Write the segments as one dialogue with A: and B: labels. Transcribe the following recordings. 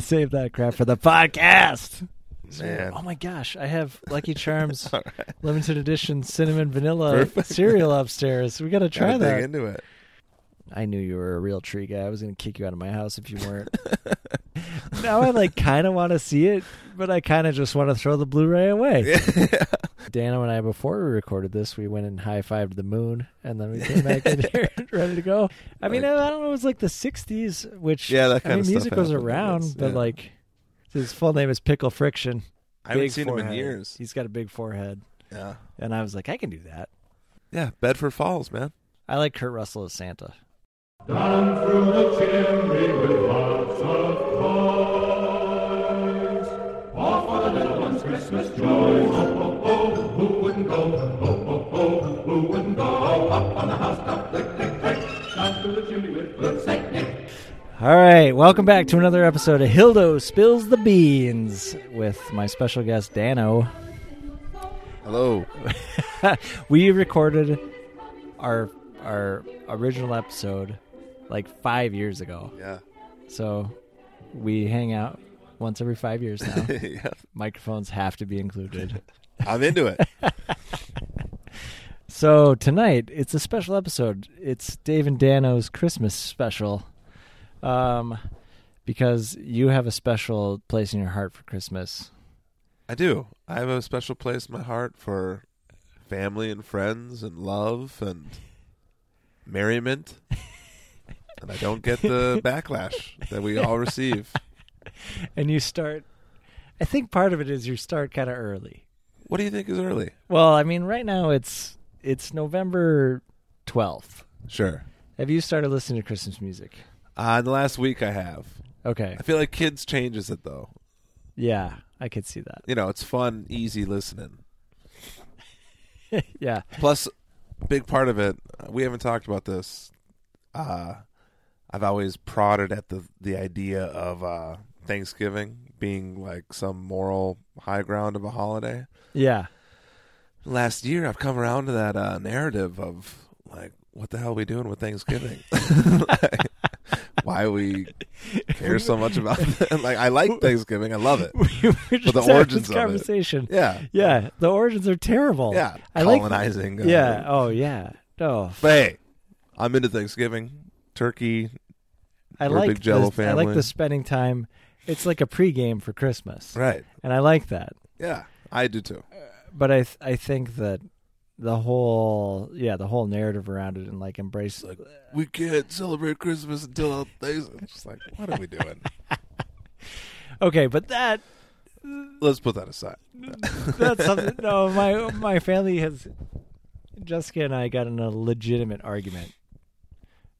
A: save that crap for the podcast. So,
B: Man.
A: oh my gosh, I have Lucky Charms
B: All right.
A: limited edition cinnamon vanilla
B: Perfect.
A: cereal upstairs. We got to try
B: Gotta dig
A: that.
B: into it.
A: I knew you were a real tree guy. I was going to kick you out of my house if you weren't. now I like kind of want to see it, but I kind of just want to throw the Blu-ray away. Dano and I, before we recorded this, we went and high-fived the moon, and then we came back in here ready to go. I mean, I don't know. It was like the '60s, which
B: Yeah, that
A: I
B: kinda
A: mean,
B: stuff
A: music was
B: happened, I
A: around,
B: guess,
A: but
B: yeah.
A: like his full name is Pickle Friction.
B: I haven't
A: Big
B: seen him in
A: forehead.
B: years.
A: He's got a big forehead,
B: Yeah.
A: and I was like, I can do that.
B: Yeah. Bedford Falls, man.
A: I like Kurt Russell as Santa.
C: Down through the chimney with lots of toys. All for the little ones' Christmas joys. Oh, oh, oh, who wouldn't go? Oh, oh, oh, who wouldn't go? Up on the housetop, click, click, click. Down through the chimney with good Saint Nick.
A: All right, welcome back to another episode of Hildo Spills the Beans with my special guest Dano.
B: Hello.
A: we recorded our our original episode like 5 years ago.
B: Yeah.
A: So we hang out once every 5 years now.
B: yeah.
A: Microphones have to be included.
B: I'm into it.
A: So tonight it's a special episode. It's Dave and Dano's Christmas special, um, because you have a special place in your heart for Christmas.
B: I do. I have a special place in my heart for family and friends and love and merriment. and I don't get the backlash that we all receive.
A: and you start i think part of it is you start kind of early
B: What do you think is early?
A: well i mean right now it's it's november 12th
B: Sure.
A: have you started listening to christmas music
B: Uh, in the last week, I have.
A: okay
B: I feel like kids changes it though.
A: yeah i could see that
B: You know, it's fun, easy listening.
A: yeah
B: Plus, big part of it. We haven't talked about this. Uh, I've always prodded at the the idea of uh, Thanksgiving being like some moral high ground of a holiday.
A: yeah
B: Last year, I've come around to that uh, narrative of like, what the hell are we doing with Thanksgiving? Like, why we care so much about it? like, I like Thanksgiving. I love it.
A: we were just
B: the
A: having
B: origins
A: this
B: of it.
A: conversation
B: Yeah,
A: yeah the origins are terrible
B: yeah.
A: i like
B: Colonizing. uh,
A: yeah oh yeah no
B: But hey, I'm into Thanksgiving, turkey.
A: i
B: We're a
A: like
B: big Jell-O
A: the, i like
B: family.
A: the spending time it's like a pregame for christmas
B: Right.
A: and i like that
B: Yeah, I do too.
A: but I th- I think that the whole yeah the whole narrative around it and like embrace
B: Like we can't celebrate Christmas until Thanksgiving. It's just like, what are we doing?
A: okay but that
B: Let's put that aside.
A: that's something no my my family has Jessica and I got in a legitimate argument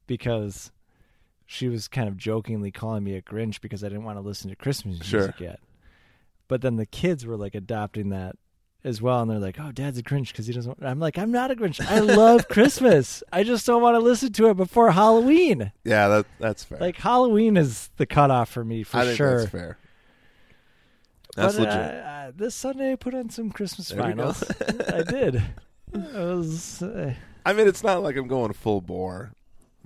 A: because she was kind of jokingly calling me a Grinch because I didn't want to listen to Christmas
B: Sure.
A: music yet but then the kids were like adopting that as well and they're like oh dad's a grinch because he doesn't want-" i'm like i'm not a grinch i love christmas i just don't want to listen to it before halloween
B: Yeah, that that's fair.
A: Like Halloween is the cutoff for me for
B: I think
A: sure.
B: that's fair. That's
A: but,
B: legit.
A: Uh, uh, this Sunday, I put on some Christmas
B: There we go.
A: finals. I did. I was uh,
B: I mean, it's not like I'm going full bore,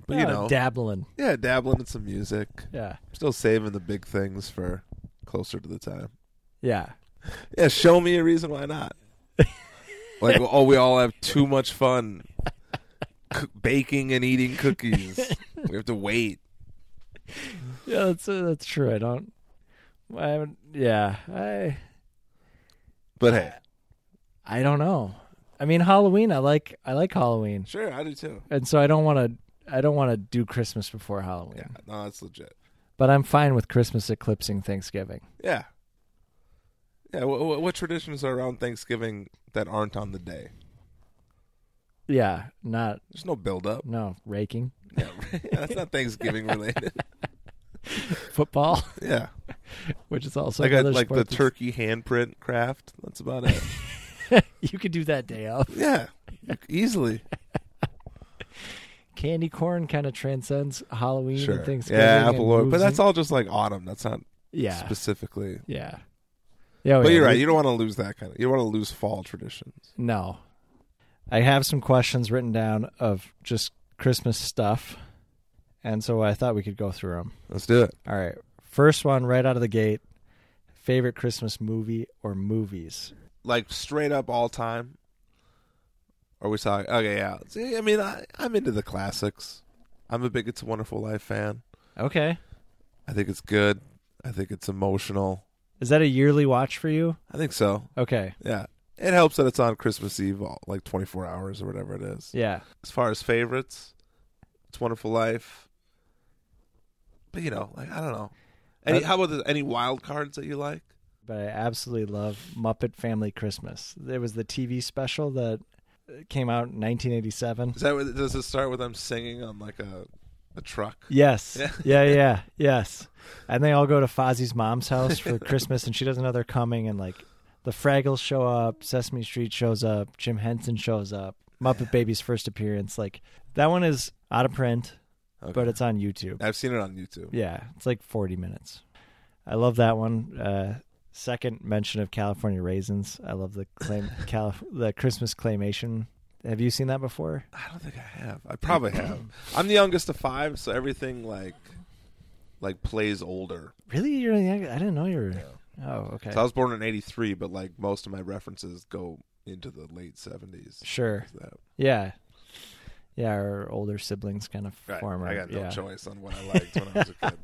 B: but you
A: uh,
B: know,
A: dabbling.
B: yeah, dabbling in some music.
A: Yeah,
B: Still saving the big things for closer to the time.
A: yeah.
B: Yeah, show me a reason why not. like, oh, we all have too much fun c- baking and eating cookies. we have to wait.
A: Yeah, that's uh, that's true. I don't. I haven't. Yeah, I
B: But hey,
A: I don't know. I mean, Halloween. I like I like Halloween,
B: sure, I do too.
A: and so I don't want to. I don't want to do Christmas before Halloween.
B: Yeah, no, that's legit.
A: But I'm fine with Christmas eclipsing Thanksgiving.
B: Yeah, yeah. What, what, what traditions are around Thanksgiving that aren't on the day?
A: Yeah, not
B: There's no buildup.
A: no raking
B: Yeah, right. yeah, that's not Thanksgiving related.
A: football,
B: Yeah,
A: which is also
B: like a,
A: another
B: like the
A: sport that's-
B: turkey handprint craft. That's about it.
A: you could do that day off.
B: yeah, easily.
A: Candy corn kind of transcends Halloween
B: Sure.
A: and Thanksgiving.
B: Yeah,
A: and
B: apple orchard. But
A: moves
B: that's
A: in-
B: all just like autumn. That's not
A: Yeah,
B: specifically.
A: yeah, yeah. oh,
B: But
A: yeah,
B: you're right.
A: we-
B: You don't want to lose that kind of. You don't want to lose fall traditions.
A: No, I have some questions written down of just Christmas stuff, and so I thought we could go through them.
B: Let's do it.
A: All right. First one right out of the gate. Favorite Christmas movie or movies?
B: Like straight up all time. Are we talking? Okay, yeah. See, I mean, I, I'm into the classics. I'm a big It's a Wonderful Life fan.
A: Okay.
B: I think it's good. I think it's emotional.
A: Is that a yearly watch for you?
B: I think so.
A: Okay.
B: Yeah. It helps that it's on Christmas Eve, all- like 24 hours or whatever it is.
A: Yeah.
B: As far as favorites, It's a Wonderful Life. But, you know, like, I don't know. Any,
A: Uh,
B: how about the, any wild cards that you like?
A: But I absolutely love Muppet Family Christmas. It was the TV special that came out in 1987.
B: Is that what, does it start with them singing on like a a truck?
A: Yes.
B: Yeah.
A: Yeah. yeah, yeah, yes. And they all go to Fozzie's mom's house for Christmas, and she doesn't know they're coming. And like the Fraggles show up, Sesame Street shows up, Jim Henson shows up, Muppet Baby's first appearance. Like that one is out of print,
B: Okay.
A: but it's on YouTube.
B: I've seen it on YouTube.
A: Yeah, it's like 40 minutes. I love that one. Uh, second mention of California raisins. I love the claim, Calif- the Christmas claymation. Have you seen that before?
B: I don't think I have. I probably have. I'm the youngest of five, so everything like like plays older.
A: Really, you're the young- I didn't know you were. Oh, okay.
B: So I was born in '83, but like most of my references go into the late '70s.
A: sure.
B: Is that-
A: Yeah. Yeah, our older siblings kind of
B: Right.
A: form.
B: I
A: our-
B: got no
A: yeah.
B: choice on what I liked when I was a kid.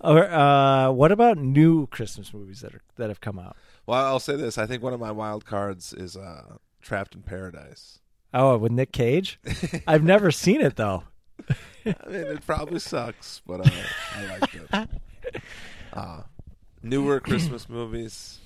A: Or uh, what about new Christmas movies that are that have come out?
B: Well, I'll say this: I think one of my wild cards is uh, "Trapped in Paradise."
A: Oh, with Nick Cage? I've never seen it though.
B: I mean, it probably sucks, but uh, I liked it. Uh, newer Christmas movies,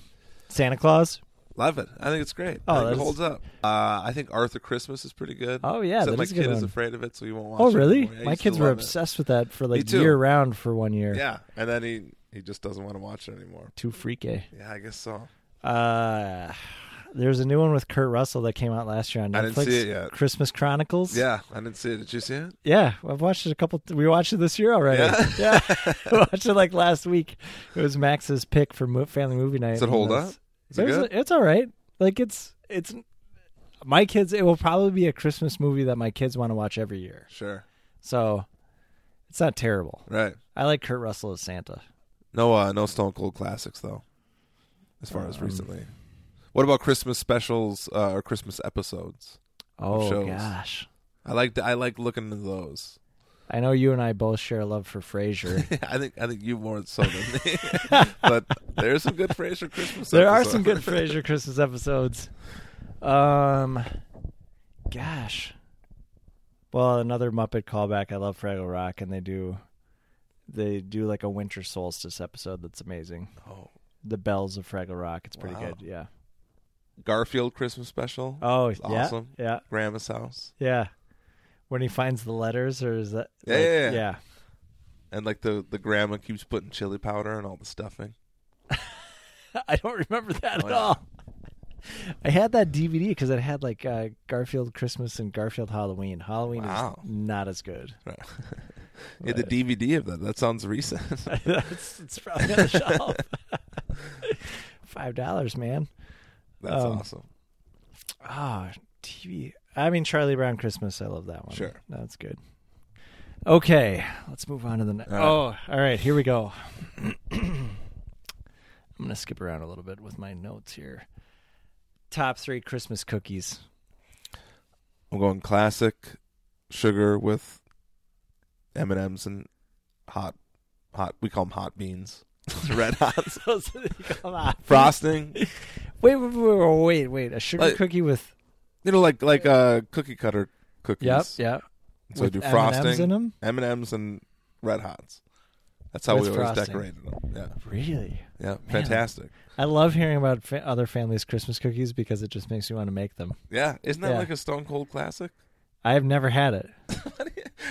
A: Santa Claus?
B: love it. I think it's great.
A: Oh,
B: I think it
A: that's-
B: holds up. Uh, I think Arthur Christmas is pretty good.
A: Oh, yeah,
B: Except
A: that
B: my
A: is a
B: kid
A: good
B: is
A: one.
B: afraid of it, so he won't watch.
A: Oh
B: it
A: really?
B: anymore. Yeah, he
A: My
B: used to
A: kids were
B: love it.
A: obsessed with that for like
B: too.
A: year round for one year.
B: Yeah, and then he he just doesn't want to watch it anymore.
A: Too freaky.
B: Yeah, I guess so.
A: Uh there's a new one with Kurt Russell that came out last year on Netflix.
B: I didn't see it yet.
A: Christmas Chronicles.
B: Yeah, I didn't see it. Did you see it?
A: Yeah, I've watched it a couple. we watched it this year already.
B: Yeah?
A: Yeah, I watched it like last week. It was Max's pick for mo- family movie night.
B: Does it hold up? Is it
A: It was-
B: good?
A: it's all right. Like it's it's my kids. It will probably be a Christmas movie that my kids want to watch every year.
B: Sure.
A: So it's not terrible.
B: Right.
A: I like Kurt Russell as Santa.
B: No, uh, no Stone Cold classics though. As far
A: Um,
B: as recently, what about Christmas specials uh, or Christmas episodes?
A: Oh
B: shows.
A: gosh,
B: I like I like looking into those.
A: I know you and I both share a love for Frasier.
B: I think I think you more so than me. but there's some good Frasier Christmas.
A: there are some good
B: episodes.
A: Frasier Christmas episodes. Um, gosh. Well, another Muppet callback. I love Fraggle Rock, and they do, they do like a winter solstice episode that's amazing.
B: Oh,
A: The bells of Fraggle Rock. It's pretty
B: Wow.
A: good. Yeah.
B: Garfield Christmas special.
A: Oh, yeah,
B: awesome.
A: yeah,
B: Grandma's house
A: yeah. When he finds the letters, or is that?
B: Yeah,
A: like-
B: yeah, yeah. and like the the grandma keeps putting chili powder and all the stuffing.
A: I don't remember that
B: Oh,
A: at
B: yeah.
A: all. I had that DVD because it had like uh, Garfield Christmas and Garfield Halloween. Halloween
B: Wow.
A: is not as good.
B: Right. yeah, the DVD of that. That sounds recent.
A: That's it's probably on the shelf. Five dollars, man.
B: That's
A: Um,
B: awesome.
A: Ah, TV. I mean, Charlie Brown Christmas. I love that one.
B: Sure.
A: that's good. Okay, let's move on to the next.
B: All right.
A: Oh, all right. Here we go. I'm gonna skip around a little bit with my notes here. Top three Christmas cookies.
B: I'm going classic sugar with M and M's and hot hot. We call them hot beans. Red hot
A: Those are the- come on.
B: frosting.
A: Wait, wait, wait, wait, wait. A sugar
B: Like-
A: cookie with
B: You know, like like uh, cookie cutter cookies.
A: yep, yeah.
B: So
A: with
B: do
A: M&Ms in
B: frosting,
A: them.
B: M and M's, and Red Hots. That's how
A: With
B: we always
A: frosting.
B: decorated them. Yeah,
A: Really.
B: yeah, fantastic.
A: I love hearing about fa- other families' Christmas cookies because it just makes me want to make them.
B: Yeah, isn't that
A: Yeah.
B: like a Stone Cold classic?
A: I have never had it.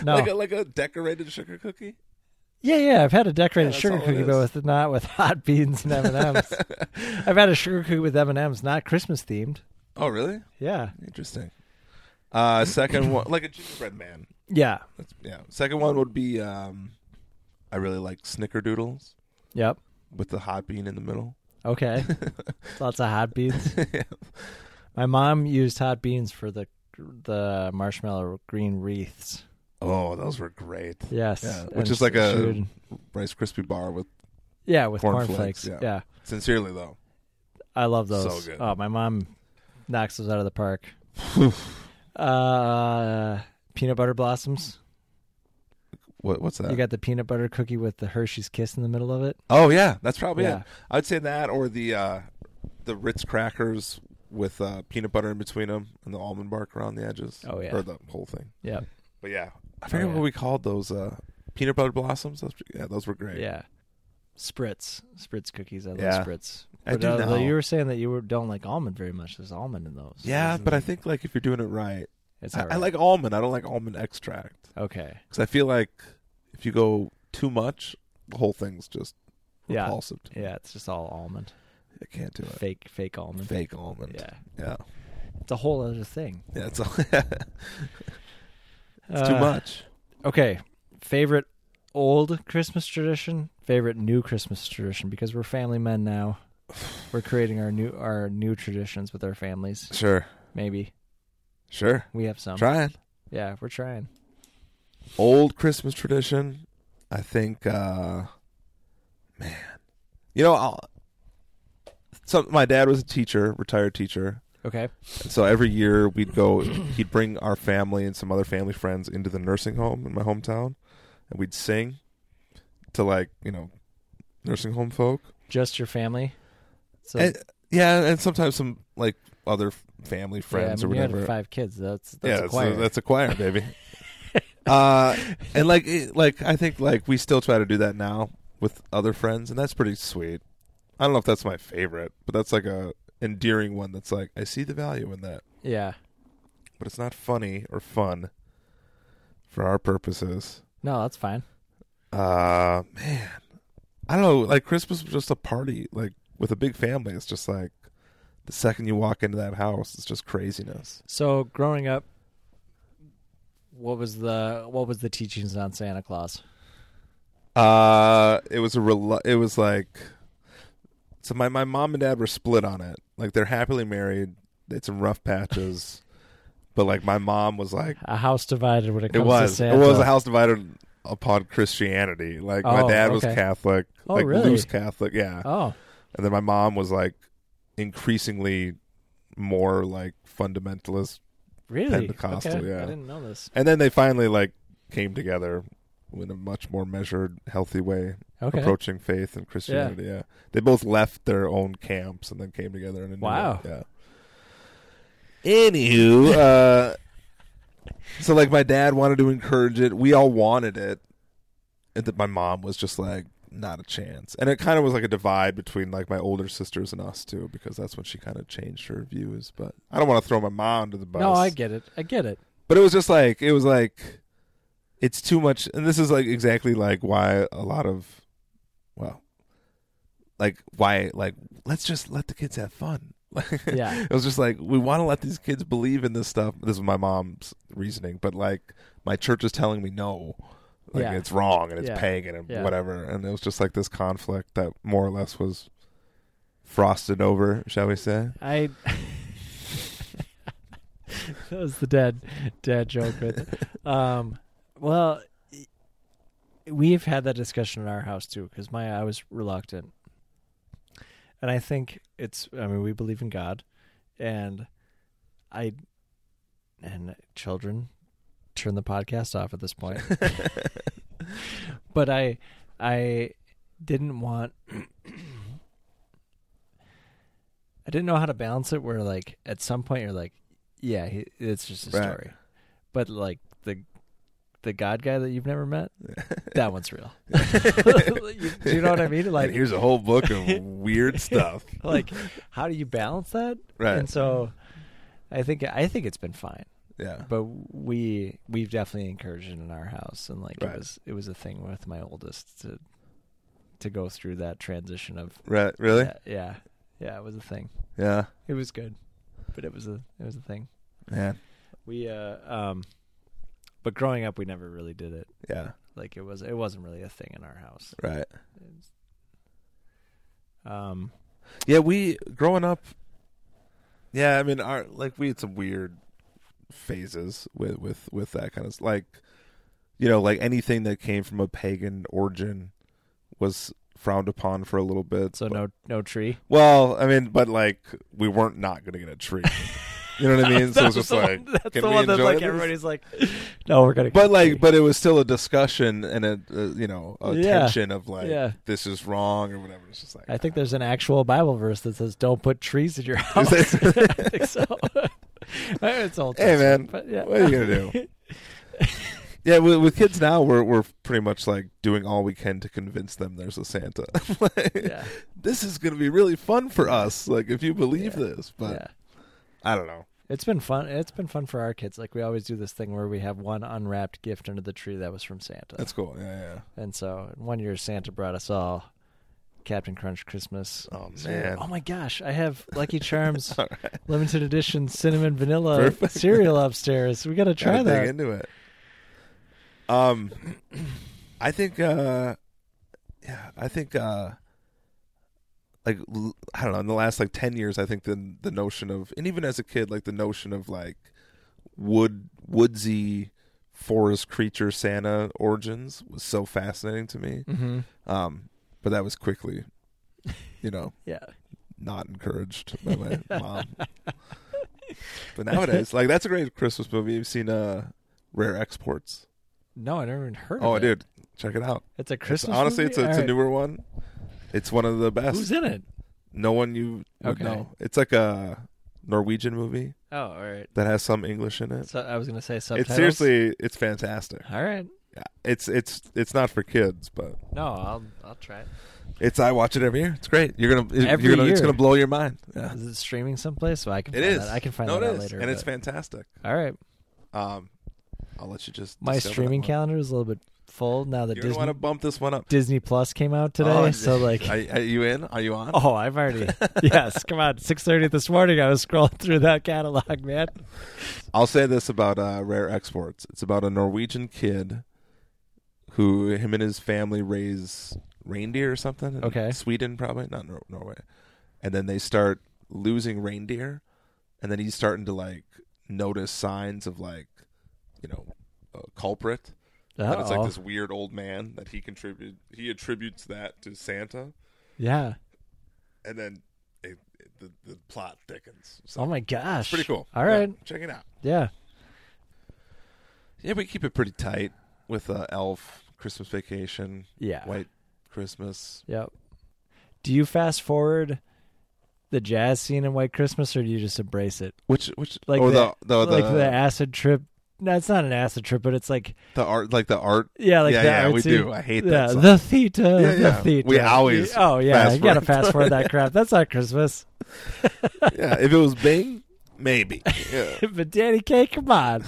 A: No.
B: Like a, like a decorated sugar cookie.
A: Yeah, yeah, I've had a decorated
B: Yeah, that's
A: sugar
B: all it
A: cookie, but
B: is.
A: with not with hot beans and M and M's. I've had a sugar cookie with M and M's, not Christmas themed.
B: Oh, really?
A: Yeah,
B: Interesting. Uh, second one, like a gingerbread man.
A: yeah,
B: That's, yeah. Second one would be um, I really like snickerdoodles
A: yep.
B: with the hot bean in the middle.
A: Okay, lots of hot beans. My mom used hot beans for the the marshmallow green wreaths.
B: Oh, those were great.
A: Yes,
B: Yeah, which
A: and
B: is like a-
A: she would-
B: Rice crispy bar with
A: yeah with
B: cornflakes,
A: cornflakes.
B: yeah.
A: Yeah.
B: sincerely though.
A: I love those.
B: So good.
A: Oh, my mom knocks those out of the park. uh, peanut butter blossoms.
B: What what's that?
A: You got the peanut butter cookie with the Hershey's Kiss in the middle of it.
B: oh yeah, that's probably
A: Yeah.
B: it. I'd say that or the uh, the Ritz crackers with uh, peanut butter in between them and the almond bark around the edges.
A: Oh, yeah.
B: or the whole thing.
A: Yeah,
B: But yeah, I forget
A: yeah.
B: what we called those uh, peanut butter blossoms. Those, yeah, those were great.
A: yeah. Spritz, spritz cookies. I love
B: Yeah.
A: spritz.
B: I
A: But,
B: do
A: uh,
B: know.
A: You were saying that you were, don't like almond very much. There's almond in those.
B: Yeah,
A: Isn't
B: but I
A: it-
B: think like if you're doing it right,
A: it's
B: I,
A: all
B: I
A: right.
B: like almond. I don't like almond extract
A: Okay.
B: because I feel like if you go too much, the whole thing's just
A: Yeah.
B: repulsive. To me.
A: Yeah, it's just all almond.
B: I can't do it.
A: Fake, fake almond.
B: Fake almond.
A: Yeah,
B: yeah,
A: it's a whole other thing.
B: yeah. It's, all, it's too
A: Uh,
B: much.
A: Okay. Favorite old Christmas tradition, favorite new Christmas tradition because we're family men now. We're creating our new our new traditions with our families.
B: Sure,
A: Maybe
B: sure.
A: we have some.
B: Trying
A: Yeah, we're trying.
B: old Christmas tradition. I think, uh man, you know, I'll, some my dad was a teacher, retired teacher.
A: Okay.
B: And so every year we'd go, he'd bring our family and some other family friends into the nursing home in my hometown, and we'd sing to like you know nursing home folk.
A: Just your family. So
B: and, yeah, and sometimes some like other f- family
A: yeah, I
B: friends
A: mean,
B: or
A: you had
B: whatever.
A: five kids. That's that's
B: yeah,
A: a
B: that's
A: choir.
B: a, that's a choir, baby. uh, and like it, like I think like we still try to do that now with other friends, and that's pretty sweet. I don't know if that's my favorite, but that's like a endearing one. That's like I see the value in that.
A: yeah.
B: but it's not funny or fun for our purposes.
A: No, that's fine.
B: Uh man. I don't know, like Christmas was just a party, like with a big family, it's just like the second you walk into that house, it's just craziness.
A: So growing up, what was the what was the teachings on Santa Claus?
B: Uh it was a rel- it was like so my my mom and dad were split on it. Like they're happily married. It's in rough patches. but like my mom was like
A: A house divided when it
B: it
A: comes to
B: was it
A: Santa.
B: was a house divided upon Christianity. Like my
A: Oh,
B: dad was
A: okay.
B: Catholic,
A: Oh,
B: like
A: really?
B: loose Catholic, yeah.
A: Oh,
B: And then my mom was like increasingly more like fundamentalist.
A: really?
B: Pentecostal,
A: Okay.
B: yeah.
A: I didn't know this.
B: And then they finally like came together in a much more measured, healthy way,
A: Okay.
B: approaching faith and Christianity. Yeah. They both left their own camps and then came together in a new
A: Wow.
B: Yeah. Anywho, uh so like my dad wanted to encourage it. We all wanted it. And that my mom was just like not a chance. And it kind of was like a divide between like my older sisters and us too because that's when she kind of changed her views, but I don't want to throw my mom to the bus.
A: No, I get it. I get it.
B: But it was just like it was like it's too much and this is like exactly like why a lot of well like why like let's just let the kids have fun.
A: Yeah.
B: it was just like we want to let these kids believe in this stuff. This is my mom's reasoning, but like my church is telling me no. Like
A: Yeah.
B: it's wrong and it's
A: Yeah.
B: pagan and
A: Yeah.
B: whatever. And it was just like this conflict that more or less was frosted over, shall we say?
A: I. that was the dad dad joke. But, um, well, y- we've had that discussion in our house too because my I was reluctant, and I think it's. I mean, we believe in God, and I, and children, turn the podcast off at this point. but I, I didn't want I didn't know how to balance it. Where like at some point you're like, yeah, he, it's just a
B: Right.
A: story, but like the the God guy that you've never met, that one's real. you, do you know what I mean?
B: Like
A: Like,
B: here's a whole book of weird stuff.
A: like how do you balance that?
B: Right.
A: And so, I think I think it's been fine,
B: Yeah.
A: but we we've definitely encouraged it in our house, and like
B: Right.
A: it was it was a thing with my oldest to to go through that transition of
B: Right. Really?
A: yeah yeah, yeah it was a thing.
B: Yeah.
A: It was good, but it was a it was a thing.
B: Man.
A: We uh um but growing up we never really did it.
B: Yeah.
A: Like it was it wasn't really a thing in our house.
B: Right.
A: It's- Um
B: Yeah. We growing up. Yeah, I mean, our like we had some weird phases with with with that kind of like you know, like anything that came from a pagan origin was frowned upon for a little bit.
A: So
B: but-
A: no no tree.
B: Well, I mean, but like we weren't not going to get a tree. You know what I mean? so
A: That's
B: it's just
A: the
B: like
A: one- that's
B: can
A: the
B: we
A: one that
B: enjoy
A: like
B: this?
A: everybody's like, no, we're gonna.
B: But
A: get
B: like,
A: free."
B: but it was still a discussion and a, a you know a
A: Yeah.
B: tension of like
A: Yeah.
B: this is wrong or whatever. It's just like "Ah."
A: I think there's an actual Bible verse that says, "Don't put trees in your house." I
B: Is there-
A: think so. it's old.
B: Hey man,
A: Testament, but yeah.
B: what are you gonna do? yeah, with, with kids now, we're we're pretty much like doing all we can to convince them there's a Santa. Like,
A: Yeah.
B: This is gonna be really fun for us, like if you believe
A: Yeah.
B: this. But
A: yeah.
B: I don't know.
A: It's been fun. It's been fun for our kids. Like we always do this thing where we have one unwrapped gift under the tree that was from Santa.
B: That's cool. Yeah, yeah.
A: and so one year Santa brought us all Captain Crunch Christmas.
B: Oh,
A: cereal.
B: man.
A: Oh my gosh! I have Lucky Charms
B: All right.
A: limited edition cinnamon vanilla
B: Perfect.
A: cereal upstairs. We gotta try
B: Gotta dig
A: that.
B: into it. Um, I think, uh, yeah, I think, uh, like l- I don't know. In the last like ten years, I think the the notion of, and even as a kid, like the notion of like wood woodsy forest creature Santa origins was so fascinating to me.
A: Mm-hmm.
B: Um, but that was quickly, you know,
A: Yeah.
B: not encouraged by my mom. But nowadays, like that's a great Christmas movie. You've seen uh, Rare Exports.
A: No, I never even heard.
B: Oh,
A: of it.
B: dude, check it out.
A: It's a
B: It's,
A: Christmas.
B: honestly,
A: movie?
B: it's a, it's a
A: Alright.
B: newer one. It's one of the best.
A: Who's in it?
B: No one you would
A: Okay.
B: know. It's like a Norwegian movie
A: Oh, all right.
B: that has some English in it.
A: So I was gonna say subtitles.
B: It's seriously, it's fantastic.
A: All right.
B: Yeah. It's it's it's not for kids, but
A: No, I'll I'll try it.
B: it's I watch it every year. It's great. You're gonna you're
A: Every
B: gonna it's
A: year.
B: gonna blow your mind. Yeah,
A: Is it streaming someplace? So I can.
B: it
A: find
B: is.
A: That. I can find
B: no,
A: that
B: it
A: out
B: is.
A: later.
B: and it's
A: but-
B: fantastic.
A: all right.
B: Um, I'll let you just
A: My
B: discover
A: streaming
B: that one.
A: calendar is a little bit full now that
B: You're
A: Disney
B: gonna want to bump this one up
A: Disney Plus came out today.
B: Oh,
A: so like,
B: are, are you in? Are you on?
A: oh, I've already yes. Come on, six thirty this morning. I was scrolling through that catalog, man.
B: I'll say this about uh, Rare Exports. It's about a Norwegian kid who him and his family raise reindeer or something. in
A: Okay.
B: Sweden probably, not Nor- Norway. And then they start losing reindeer and then he's starting to like notice signs of like, you know, a culprit. And it's like
A: Uh-oh.
B: this weird old man that he contribute he attributes that to Santa
A: Yeah.
B: and then it, it- the, the plot thickens. So
A: Oh my gosh.
B: it's pretty cool.
A: All
B: Yeah,
A: right.
B: check it out.
A: Yeah.
B: Yeah, we keep it pretty tight with uh, Elf, Christmas Vacation,
A: Yeah.
B: White Christmas.
A: Yep. Do you fast forward the jazz scene in White Christmas, or do you just embrace it?
B: Which which
A: Like
B: or
A: the-
B: Oh, the the the,
A: like the acid trip. No, it's not an acid trip, but it's like
B: the art like the art.
A: yeah, like
B: yeah,
A: the
B: yeah, we
A: artsy-
B: do. I hate
A: yeah,
B: that. Song.
A: the theater,
B: Yeah,
A: the
B: yeah.
A: theater.
B: We always
A: Oh yeah,
B: fast
A: you gotta
B: forward.
A: fast forward that crap. That's not Christmas.
B: yeah, if it was Bing, maybe. Yeah.
A: but Danny K, come on,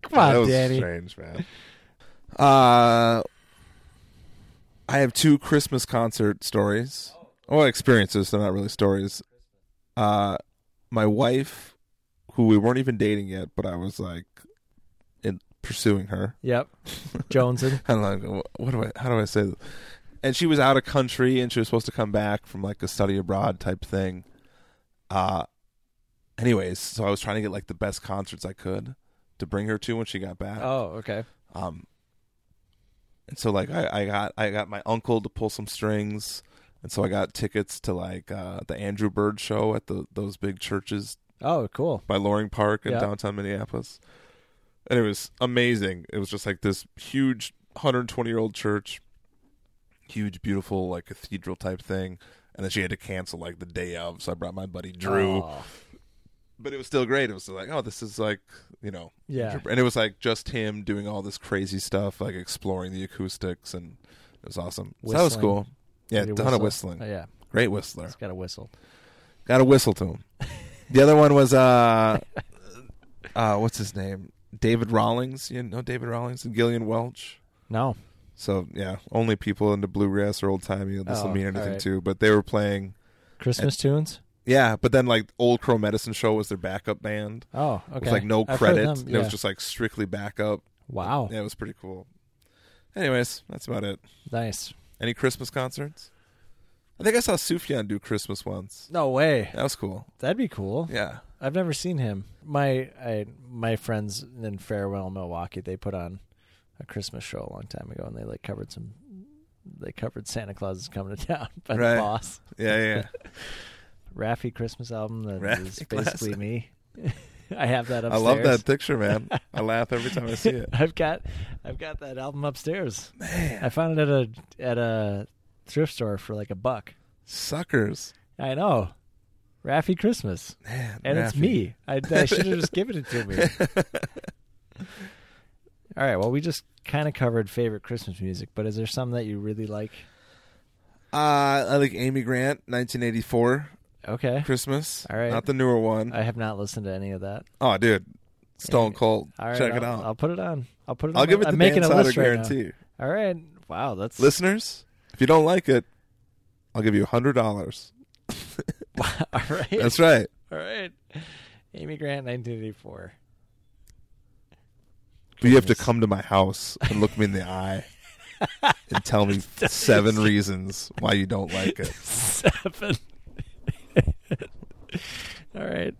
A: come
B: that
A: on,
B: was
A: Danny.
B: strange, man. Uh, I have two Christmas concert stories. Well, experiences. They're not really stories. Uh, my wife, who we weren't even dating yet, but I was like, in pursuing her.
A: Yep, Joneson.
B: I don't know. What do I? How do I say? This? And she was out of country, and she was supposed to come back from like a study abroad type thing. Uh anyways, so I was trying to get like the best concerts I could to bring her to when she got back.
A: Oh, okay.
B: Um, and so like I, I got I got my uncle to pull some strings, and so I got tickets to like uh, the Andrew Bird show at the those big churches
A: Oh, cool.
B: by Loring Park in
A: Yeah.
B: downtown Minneapolis. And it was amazing. It was just like this huge 120 year old church, huge, beautiful, like cathedral type thing. And then she had to cancel like the day of. So I brought my buddy Drew.
A: Oh,
B: But it was still great. It was like, oh, this is like, you know.
A: yeah.
B: And it was like just him doing all this crazy stuff, like exploring the acoustics. And it was awesome. So that was
A: Whistling.
B: cool. Yeah,
A: Did he
B: ton of
A: whistle?
B: whistling.
A: Oh, yeah,
B: Great whistler.
A: it's got a whistle.
B: Got a whistle to him. The other one was uh, uh, what's his name? David Rawlings. You know David Rawlings and Gillian Welch.
A: No.
B: So yeah, only people into bluegrass or old timey. This will
A: Oh,
B: mean anything
A: alright.
B: to. But they were playing.
A: Christmas tunes.
B: Yeah, but then like Old Crow Medicine Show was their backup band
A: Oh, okay.
B: with like no
A: I've heard
B: credit.
A: them,
B: and it was
A: yeah.
B: just like strictly backup.
A: wow,
B: Yeah, it was pretty cool. Anyways, that's about it.
A: nice.
B: Any Christmas concerts? I think I saw Sufjan do Christmas once.
A: No way.
B: That was cool.
A: That'd be cool.
B: Yeah.
A: I've never seen him. My I, my friends in Farewell Milwaukee, they put on a Christmas show a long time ago, and they like covered some. They covered Santa Claus is Coming to Town by
B: Right.
A: the Boss.
B: Yeah, yeah.
A: Raffy Christmas album that
B: Raffy
A: is
B: Claus.
A: basically me. I have that
B: I
A: upstairs.
B: love that picture, man. I laugh every time I see it.
A: I've got, I've got that album upstairs.
B: Man,
A: I found it at a at a thrift store for like a buck.
B: suckers.
A: I know, Raffy Christmas,
B: Man,
A: and it's
B: Raffy.
A: me. I, I should have just given it to me. All right. Well, we just kind of covered favorite Christmas music, but is there some that you really like?
B: Uh, I like Amy Grant, 1984
A: Okay.
B: Christmas.
A: All right.
B: Not the newer one.
A: I have not listened to any of that.
B: oh, dude. Stone Cold.
A: All right,
B: Check
A: I'll,
B: it out.
A: I'll put it on. I'll put it.
B: I'll
A: on
B: give
A: my-
B: it the
A: I'm making
B: Dan
A: a
B: Sider
A: list right
B: guarantee.
A: now. All right. Wow. That's
B: Listeners, if you don't like it, I'll give you $100.
A: all right.
B: That's right.
A: all right. Amy Grant, 1984.
B: But you have to
A: Goodness.
B: come to my house and look me in the eye and tell me seven reasons why you don't like it.
A: Seven. all right.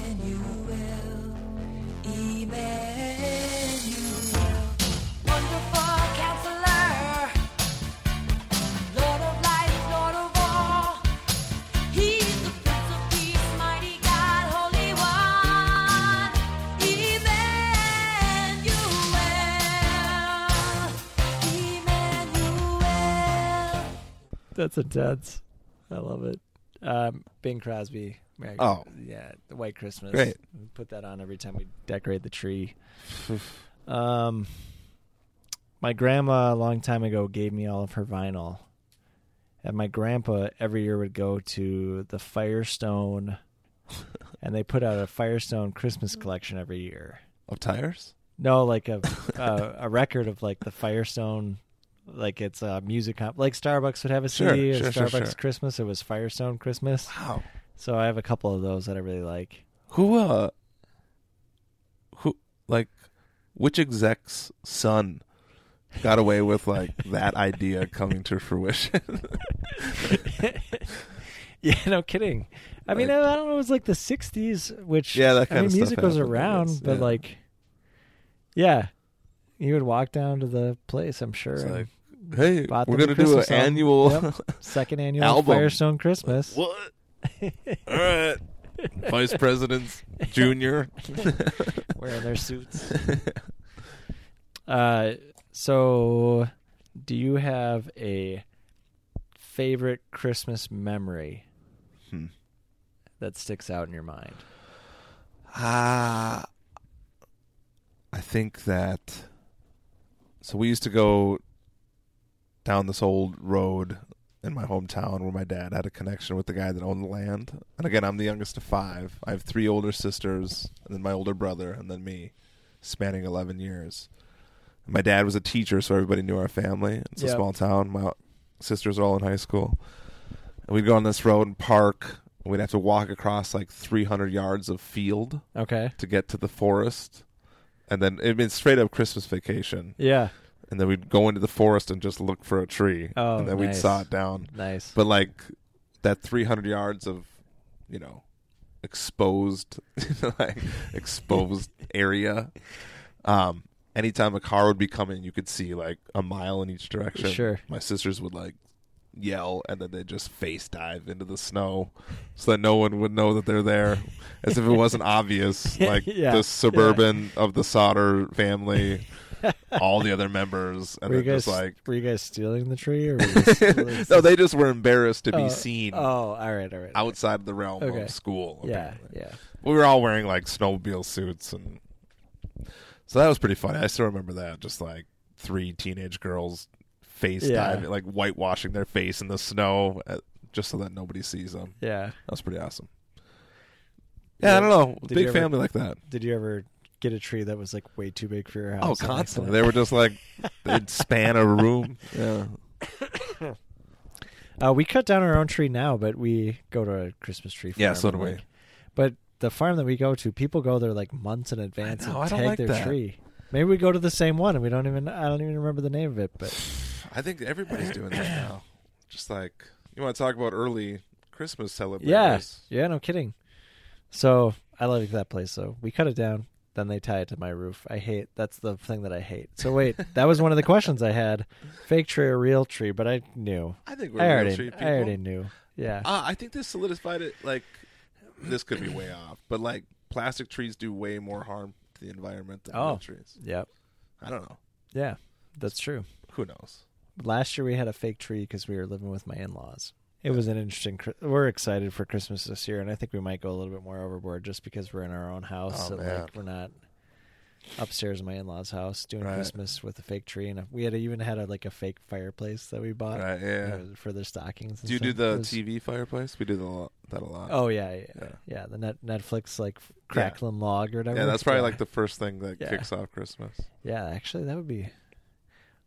D: Emmanuel, Emmanuel, wonderful counselor, Lord of life, Lord of all. He's the Prince of Peace, mighty God, Holy One, Emmanuel, Emmanuel.
A: That's intense. I love it. Um, Bing Crosby. Merry-
B: Oh.
A: yeah, the White Christmas.
B: Great.
A: We put that on every time we decorate the tree. um, my grandma a long time ago gave me all of her vinyl, and my grandpa every year would go to the Firestone, and they put out a Firestone Christmas collection every year.
B: Of tires?
A: No, like a a, a record of like the Firestone, like it's a music comp. Like Starbucks would have a
B: Sure,
A: CD.
B: sure,
A: and
B: sure,
A: Starbucks
B: sure.
A: Christmas. It was Firestone Christmas.
B: Wow.
A: So I have a couple of those that I really like.
B: Who, uh, who, like, which exec's son got away with, like, that idea coming to fruition?
A: yeah, no kidding. I mean,
B: Like-
A: I don't know. It was like the '60s, which
B: Yeah, that
A: I mean,
B: kinda stuff
A: music was
B: happened, I
A: around,
B: guess,
A: but
B: yeah.
A: like, yeah, you would walk down to the place. I'm sure.
B: It's
A: and
B: like, hey,
A: bought
B: we're
A: them
B: going
A: a
B: to do an
A: Christmas album.
B: annual.
A: Yep. second annual
B: Album.
A: Firestone Christmas.
B: What? All right. Vice President's Junior.
A: wearing their suits. uh, so, do you have a favorite Christmas memory
B: Hmm.
A: that sticks out in your mind?
B: Ah, I think that. So we used to go down this old road in my hometown where my dad had a connection with the guy that owned the land. And again, I'm the youngest of five. I have three older sisters, and then my older brother, and then me, spanning 11 years. And my dad was a teacher, so everybody knew our family. It's a
A: Yeah.
B: small town. My sisters are all in high school. And we'd go on this road and park. and We'd have to walk across like 300 yards of field
A: Okay.
B: to get to the forest. And then it'd been straight up Christmas vacation.
A: Yeah.
B: And then we'd go into the forest and just look for a tree.
A: Oh,
B: and then we'd
A: nice.
B: saw it down.
A: Nice.
B: But like that 300 yards of, you know, exposed, like exposed area. Um, anytime a car would be coming, you could see like a mile in each direction.
A: Sure.
B: My sisters would like yell and then they'd just face dive into the snow so that no one would know that they're there as if it wasn't obvious like
A: Yeah,
B: the suburban of the Sauter family all the other members and
A: were you
B: then
A: guys
B: just like
A: were you guys stealing the tree or were you just,
B: no they just were embarrassed to be
A: Oh,
B: seen
A: Oh, all right, all right.
B: outside the realm
A: Okay.
B: of school
A: yeah,
B: apparently.
A: yeah.
B: we were all wearing like snowmobile suits and so that was pretty funny i still remember that just like three teenage girls face
A: Yeah.
B: diving like whitewashing their face in the snow uh, just so that nobody sees them
A: Yeah.
B: that was pretty awesome yeah, I don't know.
A: Did you
B: Big
A: ever-
B: family like that.
A: Did you ever get a tree that was like way too big for your house?
B: Oh,
A: on
B: constantly.
A: accident?
B: They were just like they'd span a room. Yeah.
A: Uh, we cut down our own tree now, but we go to a Christmas tree farm.
B: Yeah, so do
A: and,
B: we.
A: like- But the farm that we go to, people go there like months in advance
B: know, I
A: and
B: don't
A: tag
B: like
A: their
B: that.
A: tree. Maybe we go to the same one and we don't even I don't even remember the name of it, but
B: I think everybody's doing that now. Just like you want to talk about early Christmas celebrators.
A: Yeah, yeah, no kidding. So I like that place. So we cut it down. Then they tie it to my roof. I hate. That's the thing that I hate. So wait, that was one of the questions I had: fake tree or real tree? But I knew.
B: I think we're
A: I
B: real
A: already,
B: street
A: I
B: people.
A: already knew. Yeah.
B: Uh, I think this solidified it. Like, this could be way off, but like plastic trees do way more harm to the environment than
A: Oh.
B: real trees.
A: Yep.
B: I don't know.
A: Yeah. That's true.
B: Who knows?
A: Last year we had a fake tree because we were living with my in-laws. It was an interesting. Chri- We're excited for Christmas this year, and I think we might go a little bit more overboard just because we're in our own house.
B: Oh,
A: so
B: man.
A: like we're not upstairs in my in-laws' house doing
B: Right.
A: Christmas with a fake tree, and we had even had a, like a fake fireplace that we bought
B: Right? Yeah.
A: uh, for their stockings. And
B: Do you do
A: stuff. It
B: the
A: was-
B: TV fireplace? We do the, lo- that a lot.
A: Oh yeah, yeah, yeah.
B: Yeah.
A: The net Netflix like f- crackling log or whatever.
B: yeah, that's probably
A: Yeah.
B: like the first thing that
A: Yeah.
B: kicks off Christmas.
A: Yeah, actually, that would be.